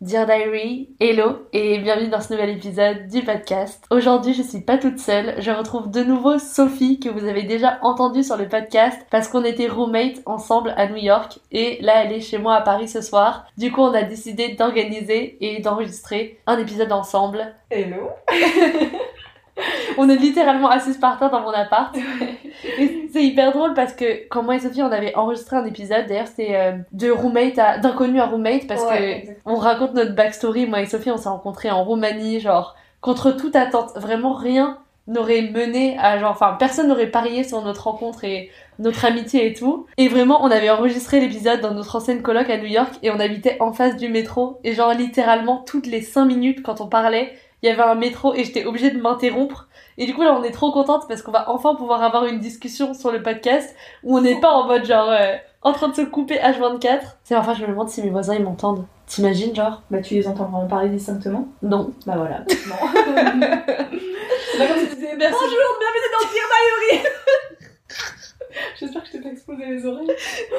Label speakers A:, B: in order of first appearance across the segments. A: Dear Diary, hello et bienvenue dans ce nouvel épisode du podcast. Aujourd'hui, je suis pas toute seule, je retrouve de nouveau Sophie que vous avez déjà entendue sur le podcast parce qu'on était roommate ensemble à New York et là elle est chez moi à Paris ce soir. Du coup, on a décidé d'organiser et d'enregistrer un épisode ensemble.
B: Hello
A: On est littéralement assises par terre dans mon appart. Et c'est hyper drôle parce que quand moi et Sophie on avait enregistré un épisode, d'ailleurs c'était euh, de roommate à d'inconnu à roommate parce
B: Ouais,
A: que
B: exactement.
A: on raconte notre backstory. Moi et Sophie on s'est rencontrés en Roumanie, genre contre toute attente, vraiment rien n'aurait mené à genre, enfin personne n'aurait parié sur notre rencontre et notre amitié et tout. Et vraiment on avait enregistré l'épisode dans notre ancienne coloc à New York et on habitait en face du métro et genre littéralement toutes les 5 minutes quand on parlait il y avait un métro et j'étais obligée de m'interrompre. Et du coup, là, on est trop contente parce qu'on va enfin pouvoir avoir une discussion sur le podcast où on n'est pas en mode genre euh, en train de se couper H24. C'est enfin, je me demande si mes voisins ils m'entendent. T'imagines, genre
B: Bah tu les entends vraiment parler distinctement
A: Non.
B: Bah voilà. Non. C'est pas comme si tu disais merci. Bonjour, bienvenue dans Dear Diary J'espère que je t'ai pas explosé les oreilles.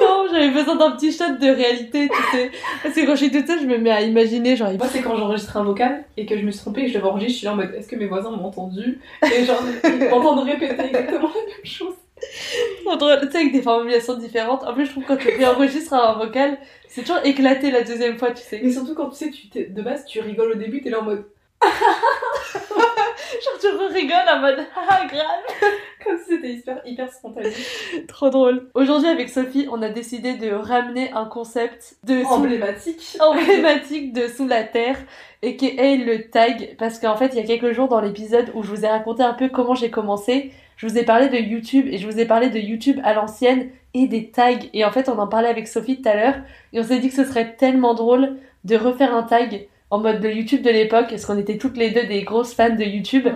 A: Non, j'avais besoin d'un petit shot de réalité, tu sais. Parce que quand je suis toute seule, je me mets à imaginer, genre,
B: Moi c'est quand j'enregistre un vocal et que je me suis trompée et que je l'avais enregistré, je suis là en mode est-ce que mes voisins m'ont entendu Et genre ils m'entendent répéter exactement la même chose.
A: entre, tu sais, avec des formulations différentes. En plus, je trouve que quand tu réenregistres un vocal, c'est toujours éclaté la deuxième fois, tu sais.
B: Mais surtout quand tu sais, tu t'es- de base tu rigoles au début, t'es là en mode
A: Genre, tu rigoles en mode, ah, grave.
B: comme si c'était hyper, hyper spontané.
A: Trop drôle. Aujourd'hui avec Sophie, on a décidé de ramener un concept de sous-
B: Emblématique.
A: emblématique de sous la terre et qui est le tag parce qu'en fait il y a quelques jours dans l'épisode où je vous ai raconté un peu comment j'ai commencé, je vous ai parlé de YouTube et je vous ai parlé de YouTube à l'ancienne et des tags et en fait on en parlait avec Sophie tout à l'heure et on s'est dit que ce serait tellement drôle de refaire un tag en mode le YouTube de l'époque parce qu'on était toutes les deux des grosses fans de YouTube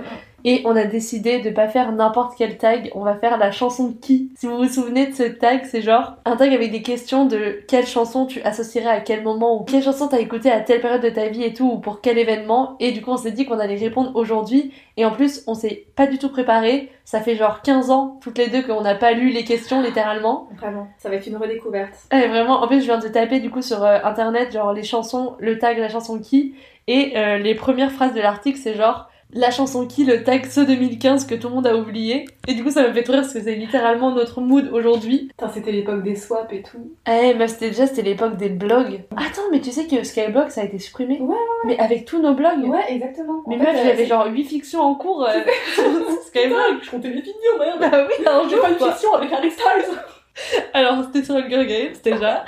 A: et on a décidé de pas faire n'importe quel tag, on va faire la chanson de qui. Si vous vous souvenez de ce tag, c'est genre un tag avec des questions de quelle chanson tu associerais à quel moment ou quelle chanson t'as écouté à telle période de ta vie et tout ou pour quel événement. Et du coup, on s'est dit qu'on allait répondre aujourd'hui. Et en plus, on s'est pas du tout préparé. Ça fait genre 15 ans toutes les deux qu'on n'a pas lu les questions littéralement.
B: Oh, Vraiment, ça va être une redécouverte.
A: Eh, vraiment, en plus, je viens de taper du coup sur euh, internet, genre les chansons, le tag, la chanson qui, et euh, les premières phrases de l'article, c'est genre la chanson qui, le tag ce 2015 que tout le monde a oublié. Et du coup, ça me fait trop rire parce que c'est littéralement notre mood aujourd'hui.
B: Putain, c'était l'époque des swaps et tout.
A: Eh, mais c'était déjà, c'était l'époque des blogs. Attends, mais tu sais que Skyblog ça a été supprimé
B: Ouais, ouais,
A: Mais avec tous nos blogs
B: Ouais, exactement.
A: Mais
B: En
A: meuf,
B: fait, euh,
A: j'avais genre 8 fictions en cours euh, sur Skyblog.
B: Je comptais les finir, merde.
A: Bah oui, un
B: J'ai
A: jour
B: pas une
A: quoi.
B: question avec Harry Styles.
A: Alors, c'était sur Hunger Games déjà.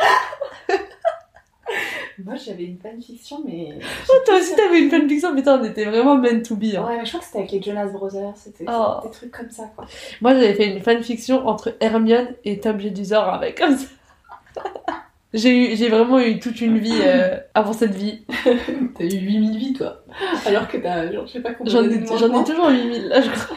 B: Moi, j'avais une fanfiction, mais.
A: Toi aussi, t'avais une fanfiction, mais putain, on était vraiment meant to be. Hein.
B: Ouais, mais je crois que c'était avec les Jonas Brothers, c'était
A: Oh.
B: c'était des trucs comme ça, quoi.
A: hein, Moi, j'avais fait une fanfiction entre Hermione et Tom Jedusor avec comme ça. J'ai eu- j'ai vraiment eu toute une vie euh, avant cette vie.
B: T'as eu 8000 vies, toi. Alors que t'as, genre, je sais pas combien
A: J'en
B: d'années
A: ai,
B: de moins
A: j'en ai
B: que
A: toujours 8000 là, je crois.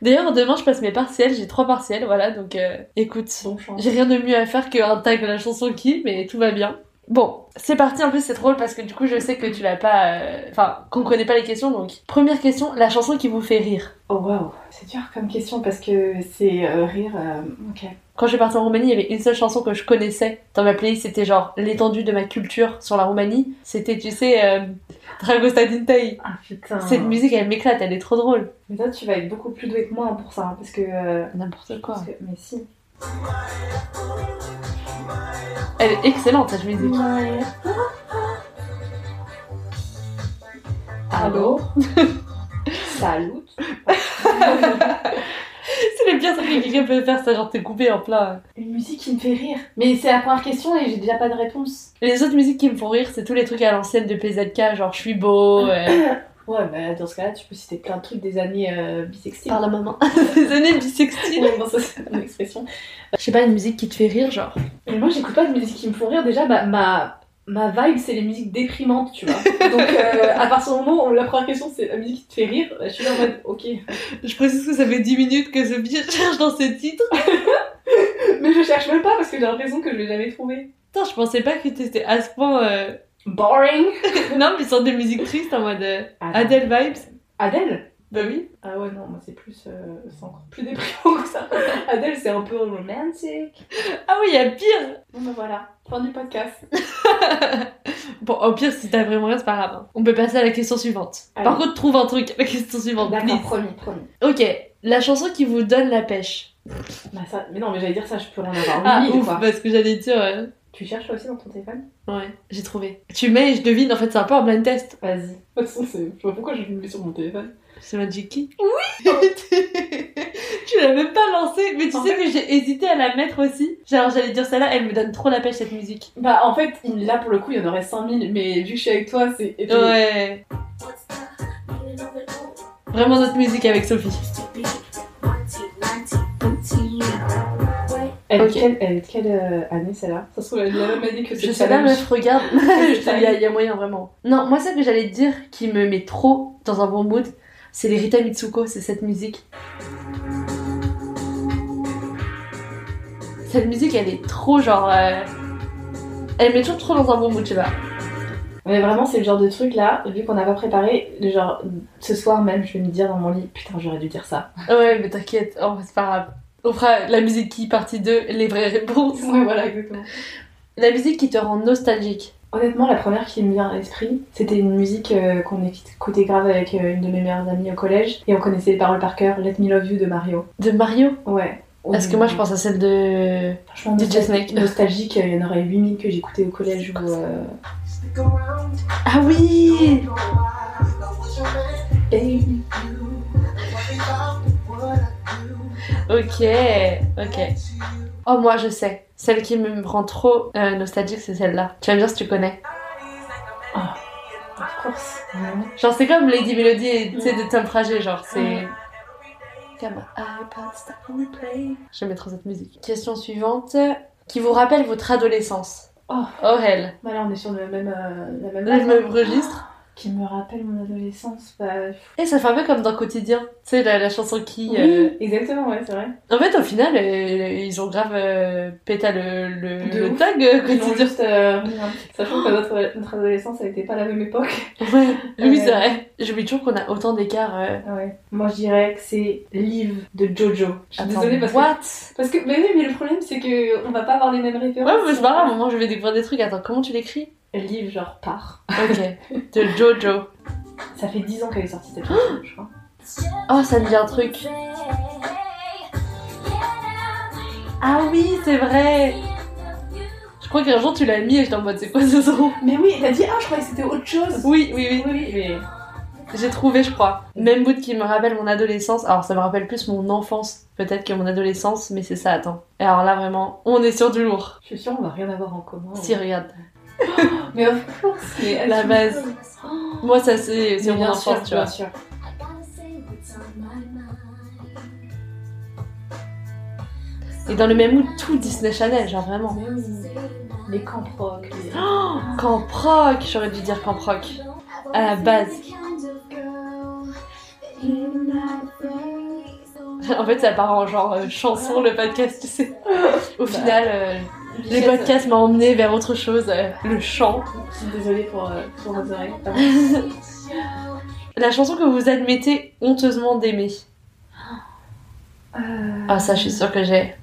A: D'ailleurs, demain, je passe mes partiels. J'ai trois partiels, voilà. Donc, euh, écoute,
B: moi. Bon chance.
A: j'ai rien de mieux à faire qu'un tag de la chanson qui, mais tout va bien. Bon, c'est parti. En plus, c'est drôle parce que du coup, je sais que tu l'as pas. euh, Enfin, qu'on connaît pas les questions. Donc, première question la chanson qui vous fait rire.
B: Oh waouh, c'est dur comme question parce que c'est euh, rire. euh, ok.
A: Quand je suis partie en Roumanie, il y avait une seule chanson que je connaissais dans ma playlist. C'était genre l'étendue de ma culture sur la Roumanie. C'était, tu sais, euh, Dragosta din Tăi.
B: Ah putain.
A: Cette musique, elle m'éclate. Elle est trop drôle.
B: Mais toi, tu vas être beaucoup plus doué que moi hein, pour ça. hein, parce que. euh,
A: N'importe quoi.
B: parce que- Mais si.
A: Elle est excellente cette musique.
B: Allô Salut
A: C'est le pire truc que quelqu'un peut faire, ça genre t'es coupé en plein.
B: Une musique qui me fait rire. Mais c'est la première question et j'ai déjà pas de réponse.
A: Les autres musiques qui me font rire, c'est tous les trucs à l'ancienne de PZK, genre je suis beau, euh,
B: Ouais, mais dans ce cas-là, tu peux citer plein de trucs des années euh, bisextiles.
A: par la maman, des années bisextiles.
B: Ouais, bon, ça, c'est une expression.
A: Je sais pas, une musique qui te fait rire, genre.
B: Mais moi, j'écoute pas de musique qui me font rire. Déjà, ma, ma, ma vibe, c'est les musiques déprimantes, tu vois. Donc, euh, à partir du moment où la première question, c'est la musique qui te fait rire, je suis là en mode, ok.
A: Je précise que ça fait 10 minutes que Sophie cherche dans ses titres.
B: Mais je cherche même pas parce que j'ai l'impression que je l'ai jamais trouvé.
A: Putain, je pensais pas que t'étais à ce point. euh,
B: Boring
A: Non, mais sur des musiques tristes en mode euh, Adele Vibes.
B: Adèle
A: Bah oui.
B: Ah ouais, non, moi, c'est plus. euh, c'est encore plus déprimant que ça. Adèle, c'est un peu romantique.
A: Ah oui, il y a pire.
B: Bon, ben voilà, fin du podcast.
A: Bon, au pire, si t'as vraiment rien, c'est pas grave. hein. On peut passer à la question suivante. Par
B: Allez.
A: contre, trouve un truc à la question suivante,
B: D'accord,
A: please.
B: promis, promis.
A: Ok, la chanson qui vous donne la pêche.
B: Bah, ça... Mais non, mais j'allais dire ça, je peux en avoir
A: Ah,
B: mille,
A: ouf,
B: quoi.
A: parce que j'allais dire. ouais.
B: Tu cherches toi aussi dans ton téléphone
A: Ouais, j'ai trouvé. Tu mets et je devine, en fait, c'est un peu un blind test.
B: Vas-y. De toute façon, c'est- je sais pas pourquoi je me mets sur mon téléphone.
A: C'est Magic Key. Oui Tu l'as même pas lancée, mais tu
B: En
A: sais que j'ai hésité à la mettre aussi. Genre, j'allais dire celle-là, elle me donne trop la pêche cette musique.
B: Bah en fait, il- là pour le coup, il y en aurait 5000, mais vu que je suis avec toi, c'est... et puis-
A: Ouais. Vraiment notre musique avec Sophie.
B: Elle,
A: Ok.
B: est de quelle, elle est de quelle, euh, année celle-là Ça se trouve, elle est de la même année que
A: Je
B: cette
A: sais pas,
B: challenge.
A: meuf, regarde.
B: C'est
A: Il y, a- il y a moyen vraiment. Non, moi, ça que j'allais te dire qui me met trop dans un bon mood, c'est les Rita Mitsuko, c'est cette musique. Cette musique, elle est trop genre. euh, Elle met toujours trop dans un bon mood, je sais pas.
B: Mais vraiment, c'est le genre de truc là, vu qu'on n'a pas préparé, le genre ce soir même, je vais me dire dans mon lit, putain, j'aurais dû dire ça.
A: Ouais, mais t'inquiète, oh, c'est pas grave. On fera la musique qui, partie 2, les vraies réponses.
B: Ouais, voilà, exactement.
A: La musique qui te rend nostalgique.
B: Honnêtement, la première qui me vient à l'esprit, c'était une musique euh, qu'on écoutait grave avec euh, une de mes meilleures amies au collège, et on connaissait les paroles par cœur, Let Me Love You de Mario.
A: De Mario
B: Ouais.
A: Parce que moi, je pense à celle de.
B: Franchement,
A: DJ
B: nostal-
A: Snake.
B: Nostalgique, il y en aurait 8000 que j'écoutais au collège ou. euh,
A: Ah oui
B: Baby.
A: Ok, ok. Oh, moi, je sais. Celle qui me rend trop euh, nostalgique, c'est celle-là. Tu vas me dire si tu connais.
B: Ah, Of course.
A: Genre, c'est comme Lady Melody, tu sais, de Tom Trajet, genre, c'est...
B: Ouais.
A: Comme iPod Star Replay. J'aimais trop cette musique. Question suivante. Qui vous rappelle votre adolescence
B: Oh.
A: hell.
B: Bah là, on est sur le même, euh, la même
A: Le
B: base,
A: même
B: hein.
A: registre.
B: Qui me rappelle mon adolescence. Bah, pff,
A: Et ça fait un peu comme dans Quotidien. Tu sais, la, la chanson qui...
B: oui,
A: euh,
B: exactement, ouais, c'est vrai.
A: En fait, au final, euh, ils ont grave euh, pété le, le,
B: De
A: le
B: ouf.
A: tag euh,
B: Ils ont
A: Quotidien.
B: juste, euh, rien. sachant que notre, notre adolescence, elle n'était pas la même époque.
A: Ouais, oui,
B: Euh.
A: c'est vrai. J'oublie toujours qu'on a autant d'écart. euh.
B: Ah ouais. Moi, je dirais que c'est Liv de Jojo. Je suis
A: Attends,
B: désolée parce que.
A: what
B: Parce que, mais oui, mais le problème, c'est que on va pas avoir les mêmes références.
A: Ouais, mais c'est pas grave, au moins je vais découvrir des trucs. Attends, comment tu l'écris
B: Liv, genre, part.
A: Ok, de Jojo.
B: Ça fait 10 ans qu'elle est sortie cette chanson, je crois.
A: Oh, ça me dit un truc. Ah oui, c'est vrai Je crois qu'un jour tu l'as mis et j'étais en mode c'est quoi ce son
B: Mais oui, t'as dit, ah, je croyais que c'était autre chose.
A: Oui, oui, oui.
B: oui, oui, mais.
A: J'ai trouvé, je crois. Même bout qui me rappelle mon adolescence. Alors, ça me rappelle plus mon enfance, peut-être que mon adolescence, mais c'est ça, attends. Et alors là, vraiment, on est sur du lourd.
B: Je suis sûre, on va rien avoir en commun.
A: Si, regarde.
B: Mais of course, mais
A: La base. Moi, ça, c'est c'est
B: C'est
A: mon
B: Oh. bien sûr,
A: enfance, tu
B: bien
A: vois.
B: sûr.
A: Et dans le même mood, tout Disney Channel, genre vraiment.
B: Les camps proc, les-
A: Camp Rock, j'aurais dû dire Camp Rock. À la base. En fait, ça part en genre euh, chanson, le podcast, tu sais. Au final, euh, les
B: Bah. Bichette,
A: podcasts m'ont emmené vers autre chose, euh, le chant.
B: Je suis désolée pour, euh, pour nos oreilles.
A: La chanson que vous admettez honteusement d'aimer.
B: Euh,
A: Ah, ça, je suis sûre que j'ai.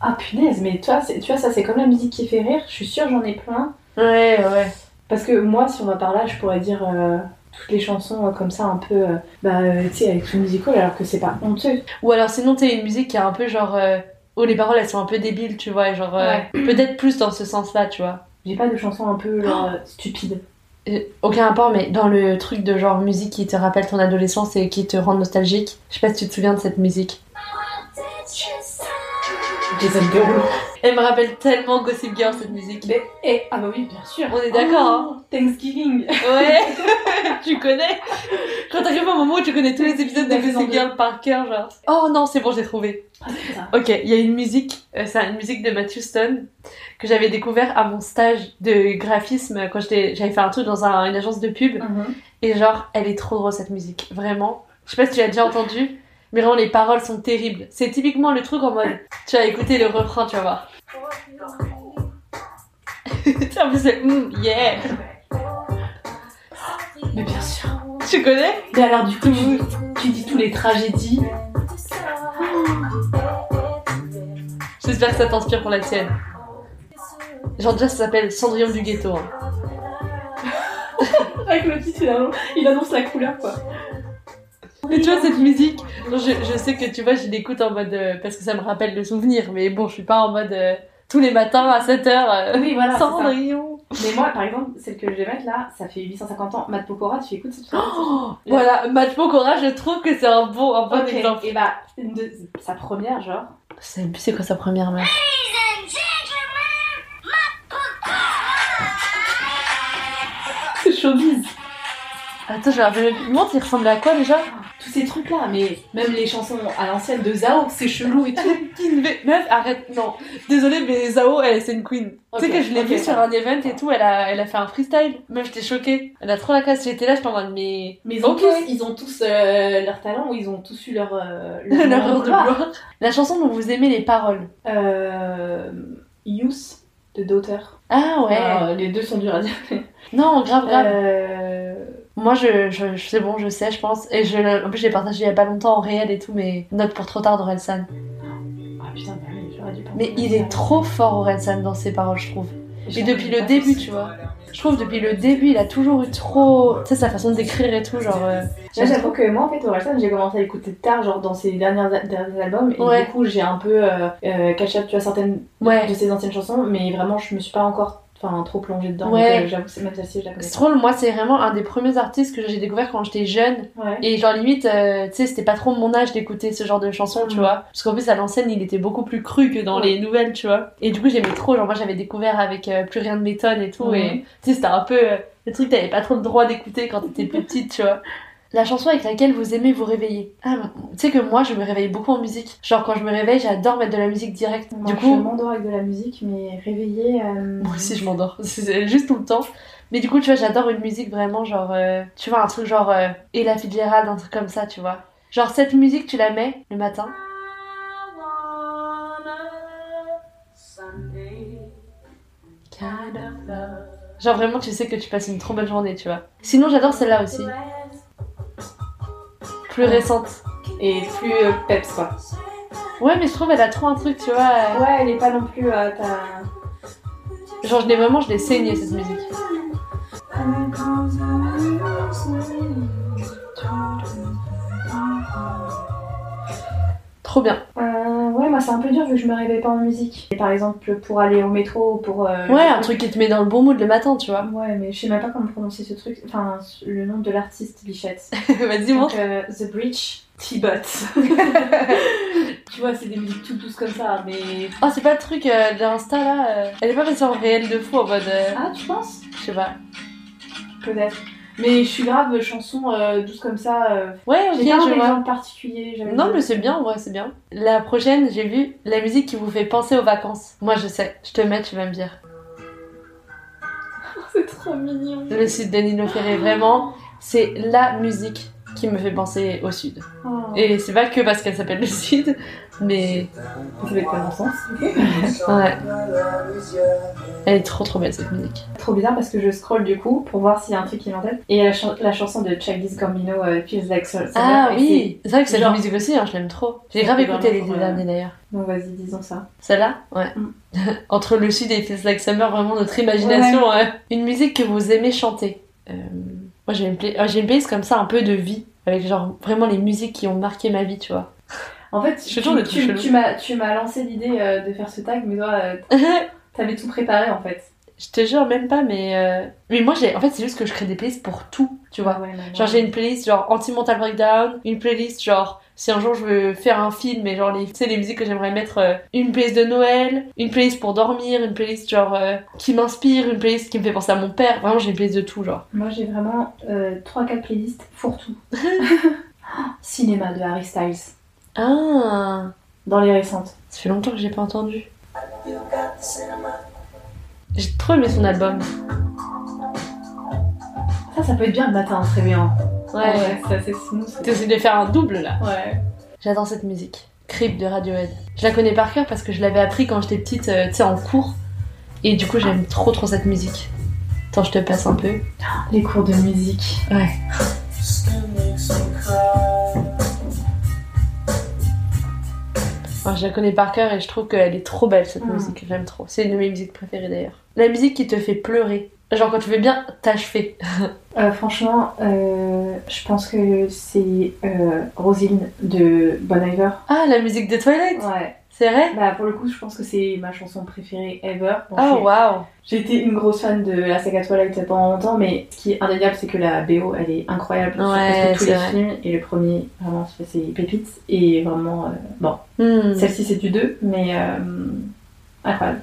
B: Ah punaise, mais toi, c'est- tu vois, ça c'est comme la musique qui fait rire. Je suis sûre, j'en ai plein.
A: Ouais, ouais.
B: Parce que moi, si on va par là, je pourrais dire euh, toutes les chansons euh, comme ça, un peu, euh, bah, euh, tu sais, avec tout musical, alors que c'est pas honteux.
A: Ou alors, sinon, t'as une musique qui est un peu genre. euh, où les paroles elles sont un peu débiles, tu vois, et genre. euh, Peut-être plus dans ce sens-là, tu vois.
B: J'ai pas de chansons un peu genre, euh, stupides.
A: Euh, Aucun rapport, mais dans le truc de genre musique qui te rappelle ton adolescence et qui te rend nostalgique. Je sais pas si tu te souviens de cette musique.
B: Jason Derulo.
A: Elle me rappelle tellement Gossip Girl cette musique.
B: Mais, eh, ah bah oui, bien sûr.
A: On est d'accord,
B: Oh, Thanksgiving.
A: Ouais, tu connais. Quand t'arrives au moment où tu connais tous les épisodes de
B: Dans les
A: Gossip Girl par cœur, genre. Oh non, c'est bon, j'ai trouvé.
B: Ah,
A: Ok, il y a une musique, euh, c'est une musique de Matthew Stone que j'avais découvert à mon stage de graphisme quand j'étais- j'avais fait un truc dans un- une agence de pub.
B: Mhm.
A: Et genre, elle est trop drôle cette musique, vraiment. Je sais pas si tu l'as déjà entendu, mais vraiment les paroles sont terribles. C'est typiquement le truc en mode, tu vas écouter le refrain, tu vas voir. Putain, mais c'est hum, yeah.
B: Mais bien sûr.
A: Tu connais
B: Mais alors du coup, tu, tu dis tous les tragédies.
A: J'espère que ça t'inspire pour la tienne. Genre déjà, ça s'appelle Cendrillon du ghetto. hein.
B: Avec le titre, il annonce, il annonce la couleur, quoi.
A: Mais tu vois cette musique, genre, je, je sais que tu vois, je l'écoute en mode euh, parce que ça me rappelle le souvenir. Mais bon, je suis pas en mode euh, tous les matins à euh, 7 h
B: Oui, voilà, c'est ça.
A: Cendrillon.
B: Mais moi, par exemple, celle que je vais mettre là, ça fait 850 ans. Matt Pokora, tu écoutes cette
A: Oh,
B: chanson
A: Voilà, Match Pokora, je trouve que c'est un bon, un bon
B: Ok,
A: exemple.
B: Et bah, une de- sa première, genre.
A: C'est c'est quoi sa première mère
B: C'est showbiz.
A: Attends, je me rappelle même plus. Montre, il ressemblait à quoi déjà
B: Tous ces trucs-là, mais même les chansons à l'ancienne de Zao, c'est chelou et tout.
A: Queen V. Meuf, arrête, non. Désolée, mais Zao, elle, c'est une queen.
B: Ok,
A: tu sais que je l'ai
B: ok,
A: vue sur
B: ça.
A: un event et tout, elle a, elle a fait un freestyle. Meuf, j'étais choquée. Elle a trop la classe, j'étais là, je t'en mode, mais.
B: Mais ils ont
A: Ok.
B: tous, ils ont tous euh, leur talent ou ils ont tous eu leur, euh, leur
A: Leur
B: moment
A: heure de gloire. La chanson dont vous aimez les paroles.
B: Euh, Youth de Daughter.
A: Ah ouais.
B: Alors, les deux sont durs à dire.
A: Non, grave, grave.
B: Euh,
A: Moi, je, je, je- c'est bon, je sais, je pense. Et je, l'ai- en plus, j'ai partagé il y a pas longtemps en réel et tout, mais note pour trop tard d'Orelsan.
B: Ah putain, bah oui, j'aurais dû penser
A: Mais
B: à
A: il
B: ça.
A: est trop fort, Orelsan, dans ses paroles, je trouve. Et depuis le début, tu vois. Je trouve depuis le début, il a toujours eu trop. Tu sais, sa façon d'écrire et tout, genre. euh,
B: Là,
A: j'aime
B: j'avoue que moi, en fait, Orelsan, j'ai commencé à l'écouter tard, genre dans ses dernières, derniers albums, et
A: Ouais.
B: du coup, j'ai un peu euh, euh, catch up, tu vois, certaines
A: trop. Ouais.
B: de ses anciennes chansons, mais vraiment, je me suis pas encore enfin, trop plongée dedans.
A: Ouais.
B: donc, euh, J'avoue, que c'est- même celle-ci, je la connais.
A: C'est drôle, moi, c'est vraiment un des premiers artistes que j'ai découvert quand j'étais jeune.
B: pas. Ouais.
A: Et genre, limite, euh, tu sais, c'était pas trop mon âge d'écouter ce genre de chansons, tu
B: Mhm.
A: vois. Parce qu'en plus, à l'ancienne, il était beaucoup plus cru que dans
B: Ouais.
A: les nouvelles, tu vois. Et du coup, j'aimais trop. Genre, moi, j'avais découvert avec euh, Plus rien ne m'étonne et tout.
B: Mhm.
A: Et tu sais, c'était un peu euh, le truc que t'avais pas trop le droit d'écouter quand t'étais plus petite, tu vois. La chanson avec laquelle vous aimez vous réveiller. Ah, tu sais que moi, je me réveille beaucoup en musique. Genre, quand je me réveille, j'adore mettre de la musique directe.
B: Moi,
A: du
B: je
A: coup,
B: m'endors avec de la musique, mais réveillée. euh,
A: moi aussi, je m'endors. C'est juste tout le temps. Mais du coup, tu vois, j'adore une musique vraiment genre. euh, tu vois, un truc genre. Euh, Ella Fitzgerald, un truc comme ça, tu vois. Genre, cette musique, tu la mets le matin. Genre, vraiment, tu sais que tu passes une trop bonne journée, tu vois. Sinon, j'adore celle-là aussi. Plus récente.
B: Et plus euh, peps, quoi.
A: Ouais, mais je trouve, elle a trop un truc, tu vois. euh,
B: Ouais, elle est pas non plus. euh, ta-
A: Genre, je l'ai vraiment, je l'ai saignée, cette musique. Trop bien.
B: Euh, ouais, moi, c'est un peu dur vu que je me réveille pas en musique. Et par exemple, pour aller au métro ou pour. euh,
A: Ouais, un truc qui te met dans le bon mood le matin, tu vois.
B: Ouais, mais je sais même pas comment prononcer ce truc. Enfin, le nom de l'artiste, Bichette.
A: Vas-y,
B: Donc,
A: montre.
B: euh, The Bridge, T-Bot. tu vois, c'est des musiques tout douces comme ça, mais.
A: Oh, c'est pas le truc euh, de l'Insta là euh, Elle est pas passée en réel de fou en mode. euh,
B: Ah, tu penses
A: je sais pas.
B: Peut-être. Mais je suis grave chanson euh, douce comme ça. euh,
A: Ouais, ok,
B: J'ai pas un
A: je vois.
B: exemple particulier. j'aime
A: Non, mais c'est bien, en vrai, c'est bien. La prochaine, j'ai vu la musique qui vous fait penser aux vacances. Moi, je sais, je te mets, tu vas me dire.
B: C'est trop mignon.
A: Le sud de Nino Ferré, vraiment, c'est la musique qui me fait penser au sud.
B: Oh.
A: Et c'est pas que parce qu'elle s'appelle le sud, mais
B: Ça fait tellement sens.
A: ouais. Elle est trop trop belle cette musique.
B: Trop bizarre parce que je scroll du coup pour voir s'il y a un truc qui m'entête. Et la, chan- la chanson de Childish Gambino, euh, Feels Like Summer.
A: Ah
B: et
A: oui, c'est vrai que cette
B: Genre-
A: musique aussi, hein, je l'aime trop. J'ai
B: C'est
A: grave
B: vraiment
A: écouté les
B: trop
A: deux
B: bien.
A: derniers d'ailleurs.
B: c'est- Donc vas-y, disons ça.
A: Celle-là Ouais.
B: Mm.
A: Entre le sud et Feels Like Summer, vraiment notre imagination. hein. Une musique que vous aimez chanter. Euh, moi j'ai une, play- ah, j'ai une playlist comme ça, un peu de vie. Avec genre vraiment les musiques qui ont marqué ma vie, tu vois.
B: En fait,
A: Je
B: tu,
A: suis toujours le
B: tu-
A: chelou.
B: tu m'as tu m'as lancé l'idée euh, de faire ce tag, mais toi, euh,
A: je
B: t'avais tout préparé en fait.
A: te jure même pas, mais. euh, Mais moi j'ai. En fait, c'est juste que je crée des playlists pour tout, tu vois.
B: Ouais, ouais,
A: Genre
B: ouais.
A: j'ai une playlist genre anti-mental breakdown, une playlist genre si un jour je veux faire un film et genre les, tu sais, les musiques que j'aimerais mettre, euh, une playlist de Noël, une playlist pour dormir, une playlist genre euh, qui m'inspire, une playlist qui me fait penser à mon père, vraiment j'ai une playlist de tout genre.
B: Moi j'ai vraiment 3-4 playlists fourre-tout. Cinéma de Harry Styles,
A: Ah
B: dans les récentes.
A: Ça fait longtemps que j'ai pas entendu. J'ai trop aimé son album.
B: Ça, ça peut être bien le matin en se réveillant.
A: Ouais.
B: c'est assez smooth.
A: T'es obligé de faire un double là.
B: Ouais.
A: J'adore cette musique. Creep de Radiohead. Je la connais par cœur parce que je l'avais appris quand j'étais petite, euh, tu sais, en cours. Et du coup, j'aime trop trop cette musique. Attends, je te passe un peu.
B: Les cours de musique.
A: Ouais. Moi, je la connais par cœur et je trouve qu'elle est trop belle cette
B: Mm.
A: musique. J'aime trop. C'est une de mes musiques préférées d'ailleurs. La musique qui te fait pleurer. Genre quand tu fais bien, t'achever.
B: Euh, franchement, euh, je pense que c'est euh, Rosine de Bon Iver.
A: Ah, la musique de Twilight
B: Ouais.
A: C'est vrai
B: Bah pour le coup, je pense que c'est ma chanson préférée ever. Bon,
A: Ah,
B: j'ai-
A: waouh
B: J'ai été une grosse fan de la saga Twilight pendant longtemps, mais ce qui est indéniable, c'est que la BO, elle est incroyable sur
A: Ouais,
B: presque tous
A: c'est
B: les
A: vrai.
B: films. Et le premier, vraiment, c'est- c'est Pépites. Et vraiment, euh, bon,
A: Hmm.
B: celle-ci c'est du 2, mais euh, incroyable.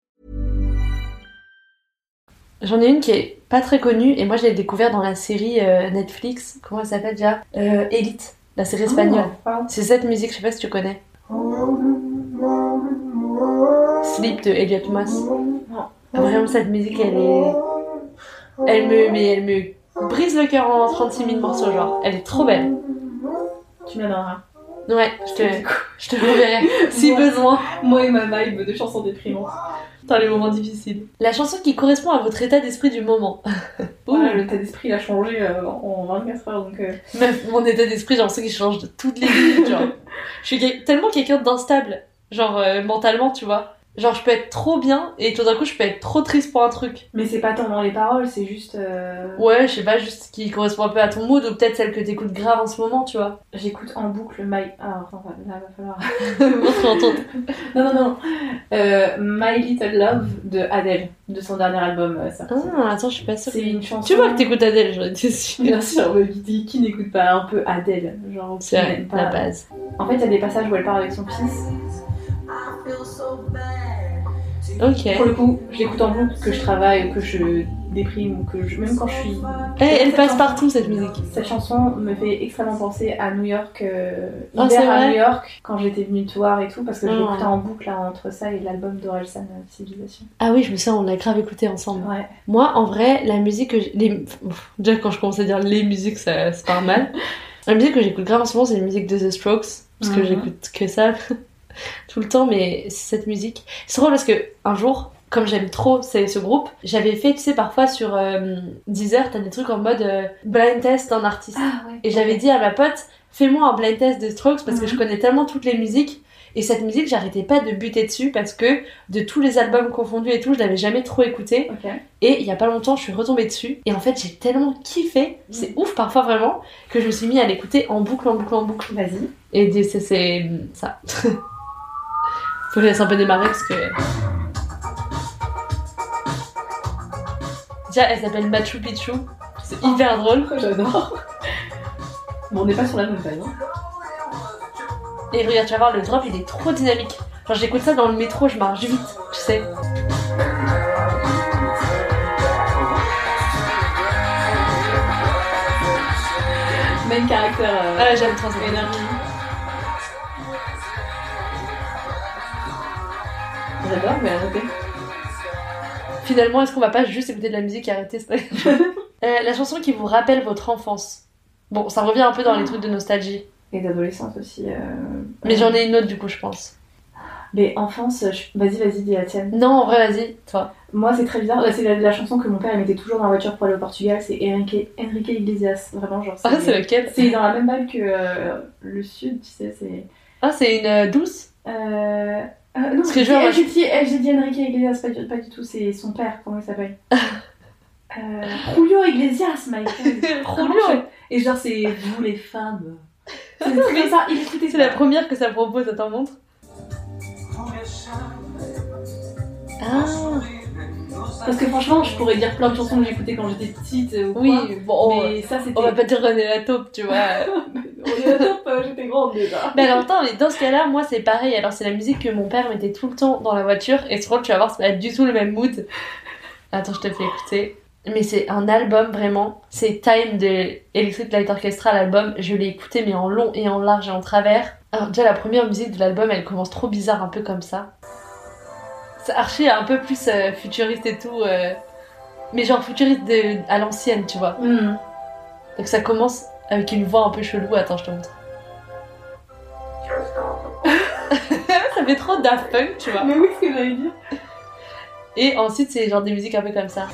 A: J'en ai une qui est pas très connue et moi je l'ai découverte dans la série euh, Netflix. Comment elle s'appelle déjà euh, Elite, la série espagnole.
B: Oh,
A: C'est cette musique, je sais pas si tu connais. Sleep de Elliot Moss. Ah,
B: Non.
A: Vraiment, cette musique, elle est. Elle me, mais elle me brise le cœur en 36 000 morceaux, genre. Elle est trop belle.
B: Tu m'adoreras.
A: Ouais, je te, je te l'enverrai si besoin.
B: Moi et ma vibe de chansons déprimantes.
A: Dans les moments difficiles. La chanson qui correspond à votre état d'esprit du moment. Ouh,
B: Ouais, Oh, le tas d'esprit il a changé euh, en en 24 heures donc. euh,
A: Meuf, mon état d'esprit, genre, c'est qui change de toutes les minutes, genre. Je suis quel- tellement quelqu'un d'instable, genre, euh, mentalement, tu vois. Genre, je peux être trop bien et tout d'un coup, je peux être trop triste pour un truc.
B: Mais c'est pas tant dans les paroles, c'est juste. euh,
A: Ouais, je sais pas, juste qui correspond un peu à ton mood ou peut-être celle que t'écoutes grave en ce moment, tu vois.
B: J'écoute en boucle My. Ah, enfin, là, va falloir.
A: Montre en ton-
B: Non, non, non. Euh, My Little Love de Adele, de son dernier album. euh, sorti.
A: Ah, attends, je suis pas sûre.
B: c'est une chanson.
A: Tu vois que t'écoutes Adèle, j'aurais été sûre.
B: Bien sûr, mais qui, dit- qui n'écoute pas un peu Adele Genre, qui
A: C'est vrai,
B: n'aime pas.
A: la base.
B: En fait, il y a des passages où elle parle avec son fils.
C: Ok.
B: Pour le coup, je l'écoute en boucle, que je travaille, que je déprime, ou que je... même quand je suis.
C: Eh, elle passe partout cette musique.
B: Cette chanson me fait extrêmement penser à New York, euh,
C: Ah,
B: hiver
C: c'est
B: à
C: vrai
B: New York, quand j'étais venue te voir et tout, parce que je
C: Ah.
B: l'écoutais en boucle là, entre ça et l'album d'Orelsan, euh, Civilisation.
A: Ah oui, je me souviens, on l'a grave écouté ensemble.
B: Ouais.
A: Moi, en vrai, la musique que j'ai- les... Pff, Déjà, quand je commence à dire les musiques, ça se part mal. la musique que j'écoute grave en ce moment, c'est la musique de The Strokes. Parce que
B: Mhm.
A: j'écoute que ça tout le temps, mais c'est cette musique. C'est drôle parce que un jour, comme j'aime trop ce, ce groupe, j'avais fait, tu sais, parfois sur euh, Deezer, t'as des trucs en mode euh, blind test d'un artiste.
B: Ah ouais.
A: Et j'avais dit à ma pote, fais-moi un blind test de Strokes parce que
B: Mhm.
A: je connais tellement toutes les musiques. Et cette musique, j'arrêtais pas de buter dessus parce que de tous les albums confondus et tout, je l'avais jamais trop écouté.
B: Ok.
A: Et il y a pas longtemps, je suis retombée dessus. Et en fait, j'ai tellement kiffé, c'est ouf parfois vraiment, que je me suis mis à l'écouter en boucle, en boucle, en boucle.
B: Vas-y.
A: Et des- c'est- c'est ça. Faut que je laisse un peu démarrer parce que. Déjà, elle s'appelle Machu Picchu. C'est hyper drôle.
B: Oh, J'adore. Bon, on n'est pas sur la même page. hein.
A: Et regarde, tu vas voir, le drop il est trop dynamique. Genre, j'écoute ça dans le métro, je marche vite, tu sais.
B: Même caractère. euh,
A: Ah, j'aime trop ça.
B: énergie. J'adore, mais arrêtez.
A: Finalement, est-ce qu'on va pas juste écouter de la musique et arrêter ça Euh, La chanson qui vous rappelle votre enfance. Bon, ça revient un peu dans les trucs de nostalgie.
B: Et d'adolescence aussi. euh,
A: Mais j'en ai une autre du coup, je pense.
B: Mais enfance, je- vas-y, vas-y, dis la tienne.
A: Non, en vrai, vas-y, toi.
B: Moi, c'est très bizarre. C'est la, la chanson que mon père il mettait toujours dans la voiture pour aller au Portugal. C'est Enrique, Enrique Iglesias. Vraiment, genre.
A: Ah, c'est lequel
B: c'est dans la même balle que euh, le Sud, tu sais. C'est.
A: Ah, c'est une euh, douce
B: Euh... euh, non,
A: Parce que
B: j'ai
A: je vois-
B: eh, j'ai dit, eh, j'ai dit Enrique Iglesias, pas du, pas du tout. C'est son père, comment il s'appelle euh, Julio Iglesias, Michael. Vraiment,
A: Julio.
B: je- Et genre, c'est vous les femmes. C'est comme ça, il écoutait
A: C'est la première que ça propose, attends, montre. Ah,
B: Parce que franchement, je pourrais dire plein de chansons que j'écoutais quand j'étais petite euh, ou
A: oui,
B: quoi,
A: bon, oh,
B: mais ça c'était.
A: on va pas dire René la taupe, tu vois.
B: On est au top, euh, j'étais grande déjà.
A: Mais alors, attends, mais dans ce cas-là, moi c'est pareil. Alors, c'est la musique que mon père mettait tout le temps dans la voiture. Et ce rôle, tu vas voir, ça va être du tout le même mood. Attends, je te fais écouter. Mais c'est un album vraiment. C'est Time de Electric Light Orchestra, l'album. Je l'ai écouté, mais en long et en large et en travers. Alors, déjà, la première musique de l'album, elle commence trop bizarre, un peu comme ça. C'est archi un peu plus euh, futuriste et tout. euh, Mais genre futuriste de... à l'ancienne, tu vois.
B: Hmm.
A: Donc, ça commence avec une voix un peu chelou. Attends, je te montre. ça fait trop Daft Punk, tu vois.
B: Mais oui, ce que j'allais dire.
A: Et ensuite, c'est genre des musiques un peu comme ça.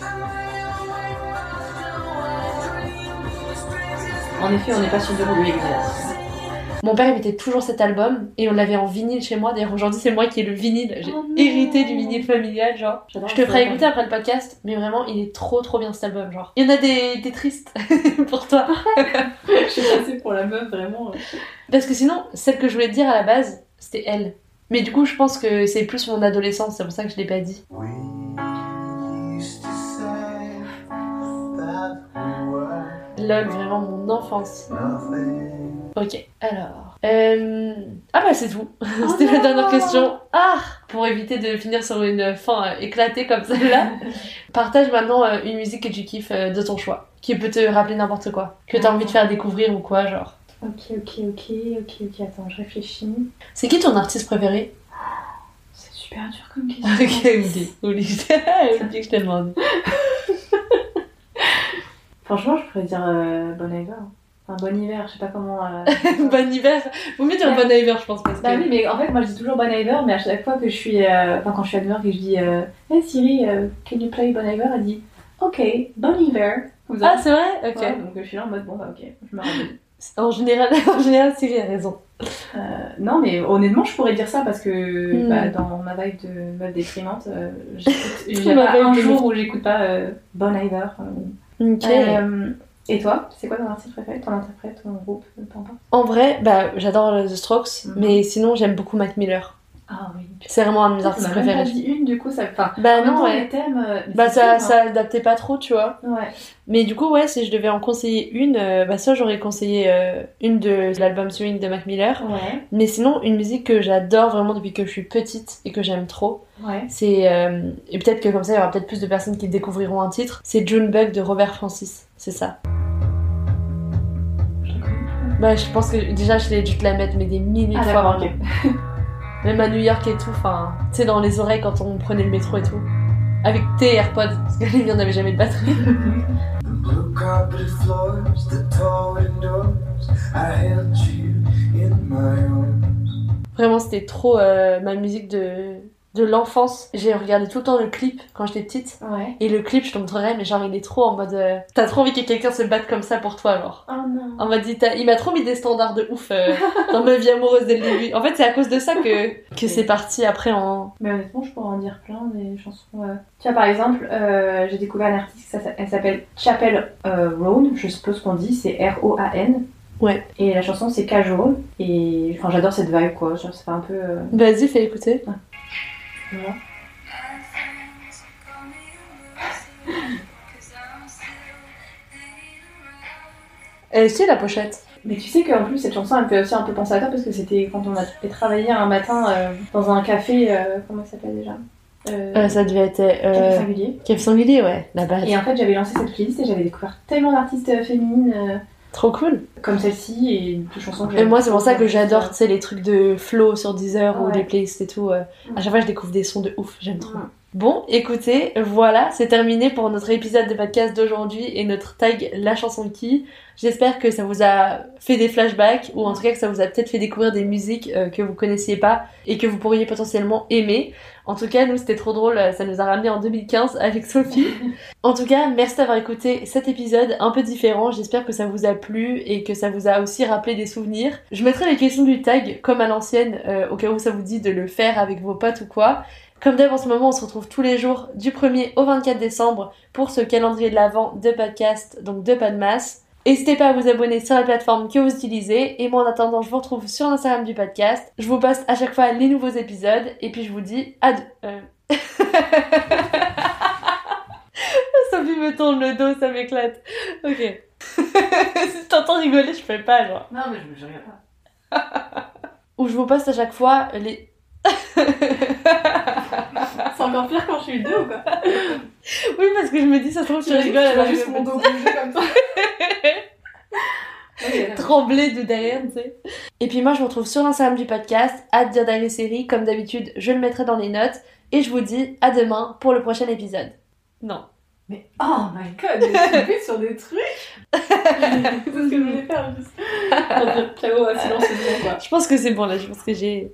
B: En effet, on n'est pas sur du Julio Iglesias.
A: Mon père, il mettait toujours cet album et on l'avait en vinyle chez moi. D'ailleurs, aujourd'hui, c'est moi qui ai le vinyle. J'ai
B: Oh non.
A: hérité du vinyle familial, genre.
B: J'adore
A: Je te
B: cet
A: ferai
B: album.
A: écouter après le podcast, mais vraiment, il est trop trop bien cet album, genre. Il y en a des, des tristes pour toi.
B: je suis passée pour la meuf vraiment. euh.
A: Parce que sinon, celle que je voulais te dire à la base, c'était elle. Mais du coup, je pense que c'est plus mon adolescence, c'est pour ça que je l'ai pas dit. Lol, vraiment mon enfance. Ok, alors. euh, Ah bah c'est tout. C'était la
B: non.
A: dernière question. Ah Pour éviter de finir sur une fin euh, éclatée comme celle-là, partage maintenant euh, une musique que tu kiffes euh, de ton choix, qui peut te rappeler n'importe quoi, que t'as envie de faire découvrir ou quoi, genre.
B: Ok, ok, ok, ok, ok, attends, je réfléchis.
A: C'est qui ton artiste préféré
B: C'est super dur comme question.
A: Ok, oublie, oublie. oublie que je te demande.
B: Franchement, je pourrais dire euh, Bon Iver. Enfin, Bon Hiver, je sais pas comment. euh,
A: bon hiver. Vaut mieux dire
B: Ouais.
A: bon hiver, je pense, parce que.
B: Bah oui, mais en fait, moi je dis toujours Bon Iver, mais à chaque fois que je suis. euh, Enfin, quand je suis à New York et je dis euh, Hey Siri, euh, can you play Bon Iver Elle dit Ok, Bon Iver. Comme ça.
A: Ah, c'est vrai Ok.
B: Ouais, donc je suis là en mode Bon, bah ok, je me rappelle.
A: En général, en général, Siri a raison.
B: Euh, non, mais honnêtement, je pourrais dire ça parce que
A: Hmm.
B: bah, dans ma vibe de meuf déprimante, euh, j'écoute- il y
A: Ma
B: a pas
A: vibe
B: un
A: de
B: jour
A: meuf.
B: où j'écoute pas euh, Bon Iver. euh.
A: Ok.
B: Euh, et toi, c'est quoi ton artiste préféré, ton interprète, ton groupe, peu importe
A: En vrai, bah, j'adore The Strokes,
B: Mhm.
A: mais sinon, j'aime beaucoup Mac Miller.
B: Ah oui.
A: C'est vraiment un de mes
B: On
A: artistes
B: a même pas
A: préférés.
B: dit une du coup, ça. Enfin, en
A: Bah
B: même
A: non,
B: temps,
A: ouais.
B: les thèmes. euh, mais
A: Bah
B: c'est
A: ça,
B: dur,
A: ça adaptait pas trop, tu vois.
B: hein. Ouais.
A: Mais du coup, ouais, si je devais en conseiller une, euh, bah ça j'aurais conseillé euh, une de l'album Swing de Mac Miller.
B: Ouais.
A: Mais sinon, une musique que j'adore vraiment depuis que je suis petite et que j'aime trop,
B: Ouais.
A: c'est. euh, et peut-être que comme ça, il y aura peut-être plus de personnes qui découvriront un titre. C'est June Bug de Robert Francis, c'est ça.
B: Je connais
A: Bah je pense que déjà, je l'ai dû te la mettre, mais des milliers
B: pas. Ah,
A: de fois
B: d'accord,
A: vraiment.
B: ok.
A: Même à New York et tout, enfin, tu sais, dans les oreilles quand on prenait le métro et tout. Avec tes AirPods, parce que les miens n'avaient jamais de batterie.
C: The blue carpet floors, the tall windows. I held you in my arms.
A: Vraiment, c'était trop euh, ma musique de, de l'enfance. J'ai regardé tout le temps le clip quand j'étais petite.
B: Ouais.
A: Et le clip, je te montrerai, mais genre, il est trop en mode. euh, T'as trop envie que quelqu'un se batte comme ça pour toi, genre.
B: Oh non.
A: En mode, il t'a- il m'a trop mis des standards de ouf euh, dans ma vie amoureuse dès le début. En fait, c'est à cause de ça que, que c'est parti après en.
B: Mais honnêtement, je pourrais en dire plein des chansons. euh. Tu vois, par exemple, euh, j'ai découvert un artiste, ça, ça- elle s'appelle Chapel euh, Roan, je suppose qu'on dit, c'est R-O-A-N.
A: Ouais.
B: Et la chanson, c'est Casual. Et enfin, j'adore cette vibe, quoi. Genre, c'est un peu. euh,
A: Vas-y, fais écouter.
B: voilà.
A: Elle est stylée, la pochette.
B: Mais tu sais qu'en plus, cette chanson, elle me fait aussi un peu penser à toi parce que c'était quand on a fait travailler un matin euh, dans un café. euh, comment ça s'appelle déjà euh,
A: Euh, ça devait être.
B: Café
A: Euh, ah,
B: Singulier.
A: Kev Sanguilé, ouais, la base.
B: Et en fait, j'avais lancé cette playlist et j'avais découvert tellement d'artistes euh, féminines euh,
A: Trop cool.
B: comme celle-ci et de chansons que
A: Et
B: j'aime.
A: moi, c'est pour ça que j'adore, tu sais, les trucs de flow sur Deezer ou
B: Ouais.
A: les playlists et tout. euh, À chaque fois, je découvre des sons de ouf, j'aime trop.
B: Ouais.
A: Bon, écoutez, voilà, c'est terminé pour notre épisode de podcast d'aujourd'hui et notre tag La chanson de qui. J'espère que ça vous a fait des flashbacks ou en tout cas que ça vous a peut-être fait découvrir des musiques euh, que vous connaissiez pas et que vous pourriez potentiellement aimer. En tout cas, nous, c'était trop drôle, euh, ça nous a ramené en 2015 avec Sophie. en tout cas, merci d'avoir écouté cet épisode un peu différent. J'espère que ça vous a plu et que ça vous a aussi rappelé des souvenirs. Je mettrai les questions du tag comme à l'ancienne euh, au cas où ça vous dit de le faire avec vos potes ou quoi. Comme d'hab, en ce moment, on se retrouve tous les jours du 1er au 24 décembre pour ce calendrier de l'avant de podcast, donc de pas de masse. N'hésitez pas à vous abonner sur la plateforme que vous utilisez. Et moi, en attendant, je vous retrouve sur l'Instagram du podcast. Je vous poste à chaque fois les nouveaux épisodes. Et puis, je vous dis à... de- euh. Sophie me tourne le dos, ça m'éclate. Ok. si je t'entends rigoler, je fais pas, genre.
B: Non, mais je ne regarde pas.
A: Ou je vous poste à chaque fois les...
B: Ah, C'est encore pire quand je suis deux ou quoi
A: Oui, parce que je me dis, ça se trouve, tu
B: vois-
A: rigoles.
B: vois
A: alors
B: juste
A: que-
B: mon dos bouger comme ça. Ok, d'accord.
A: trembler de derrière, tu sais. Et puis moi, je vous retrouve sur l'Instagram du podcast, à dire d'aller série. Comme d'habitude, je le mettrai dans les notes. Et je vous dis à demain pour le prochain épisode. Non.
B: Mais oh my god, j'ai tombé sur des trucs C'est ce que je voulais faire juste. Pour dire ciao à silence, c'est bon, quoi.
A: Je pense que c'est bon là, je pense que j'ai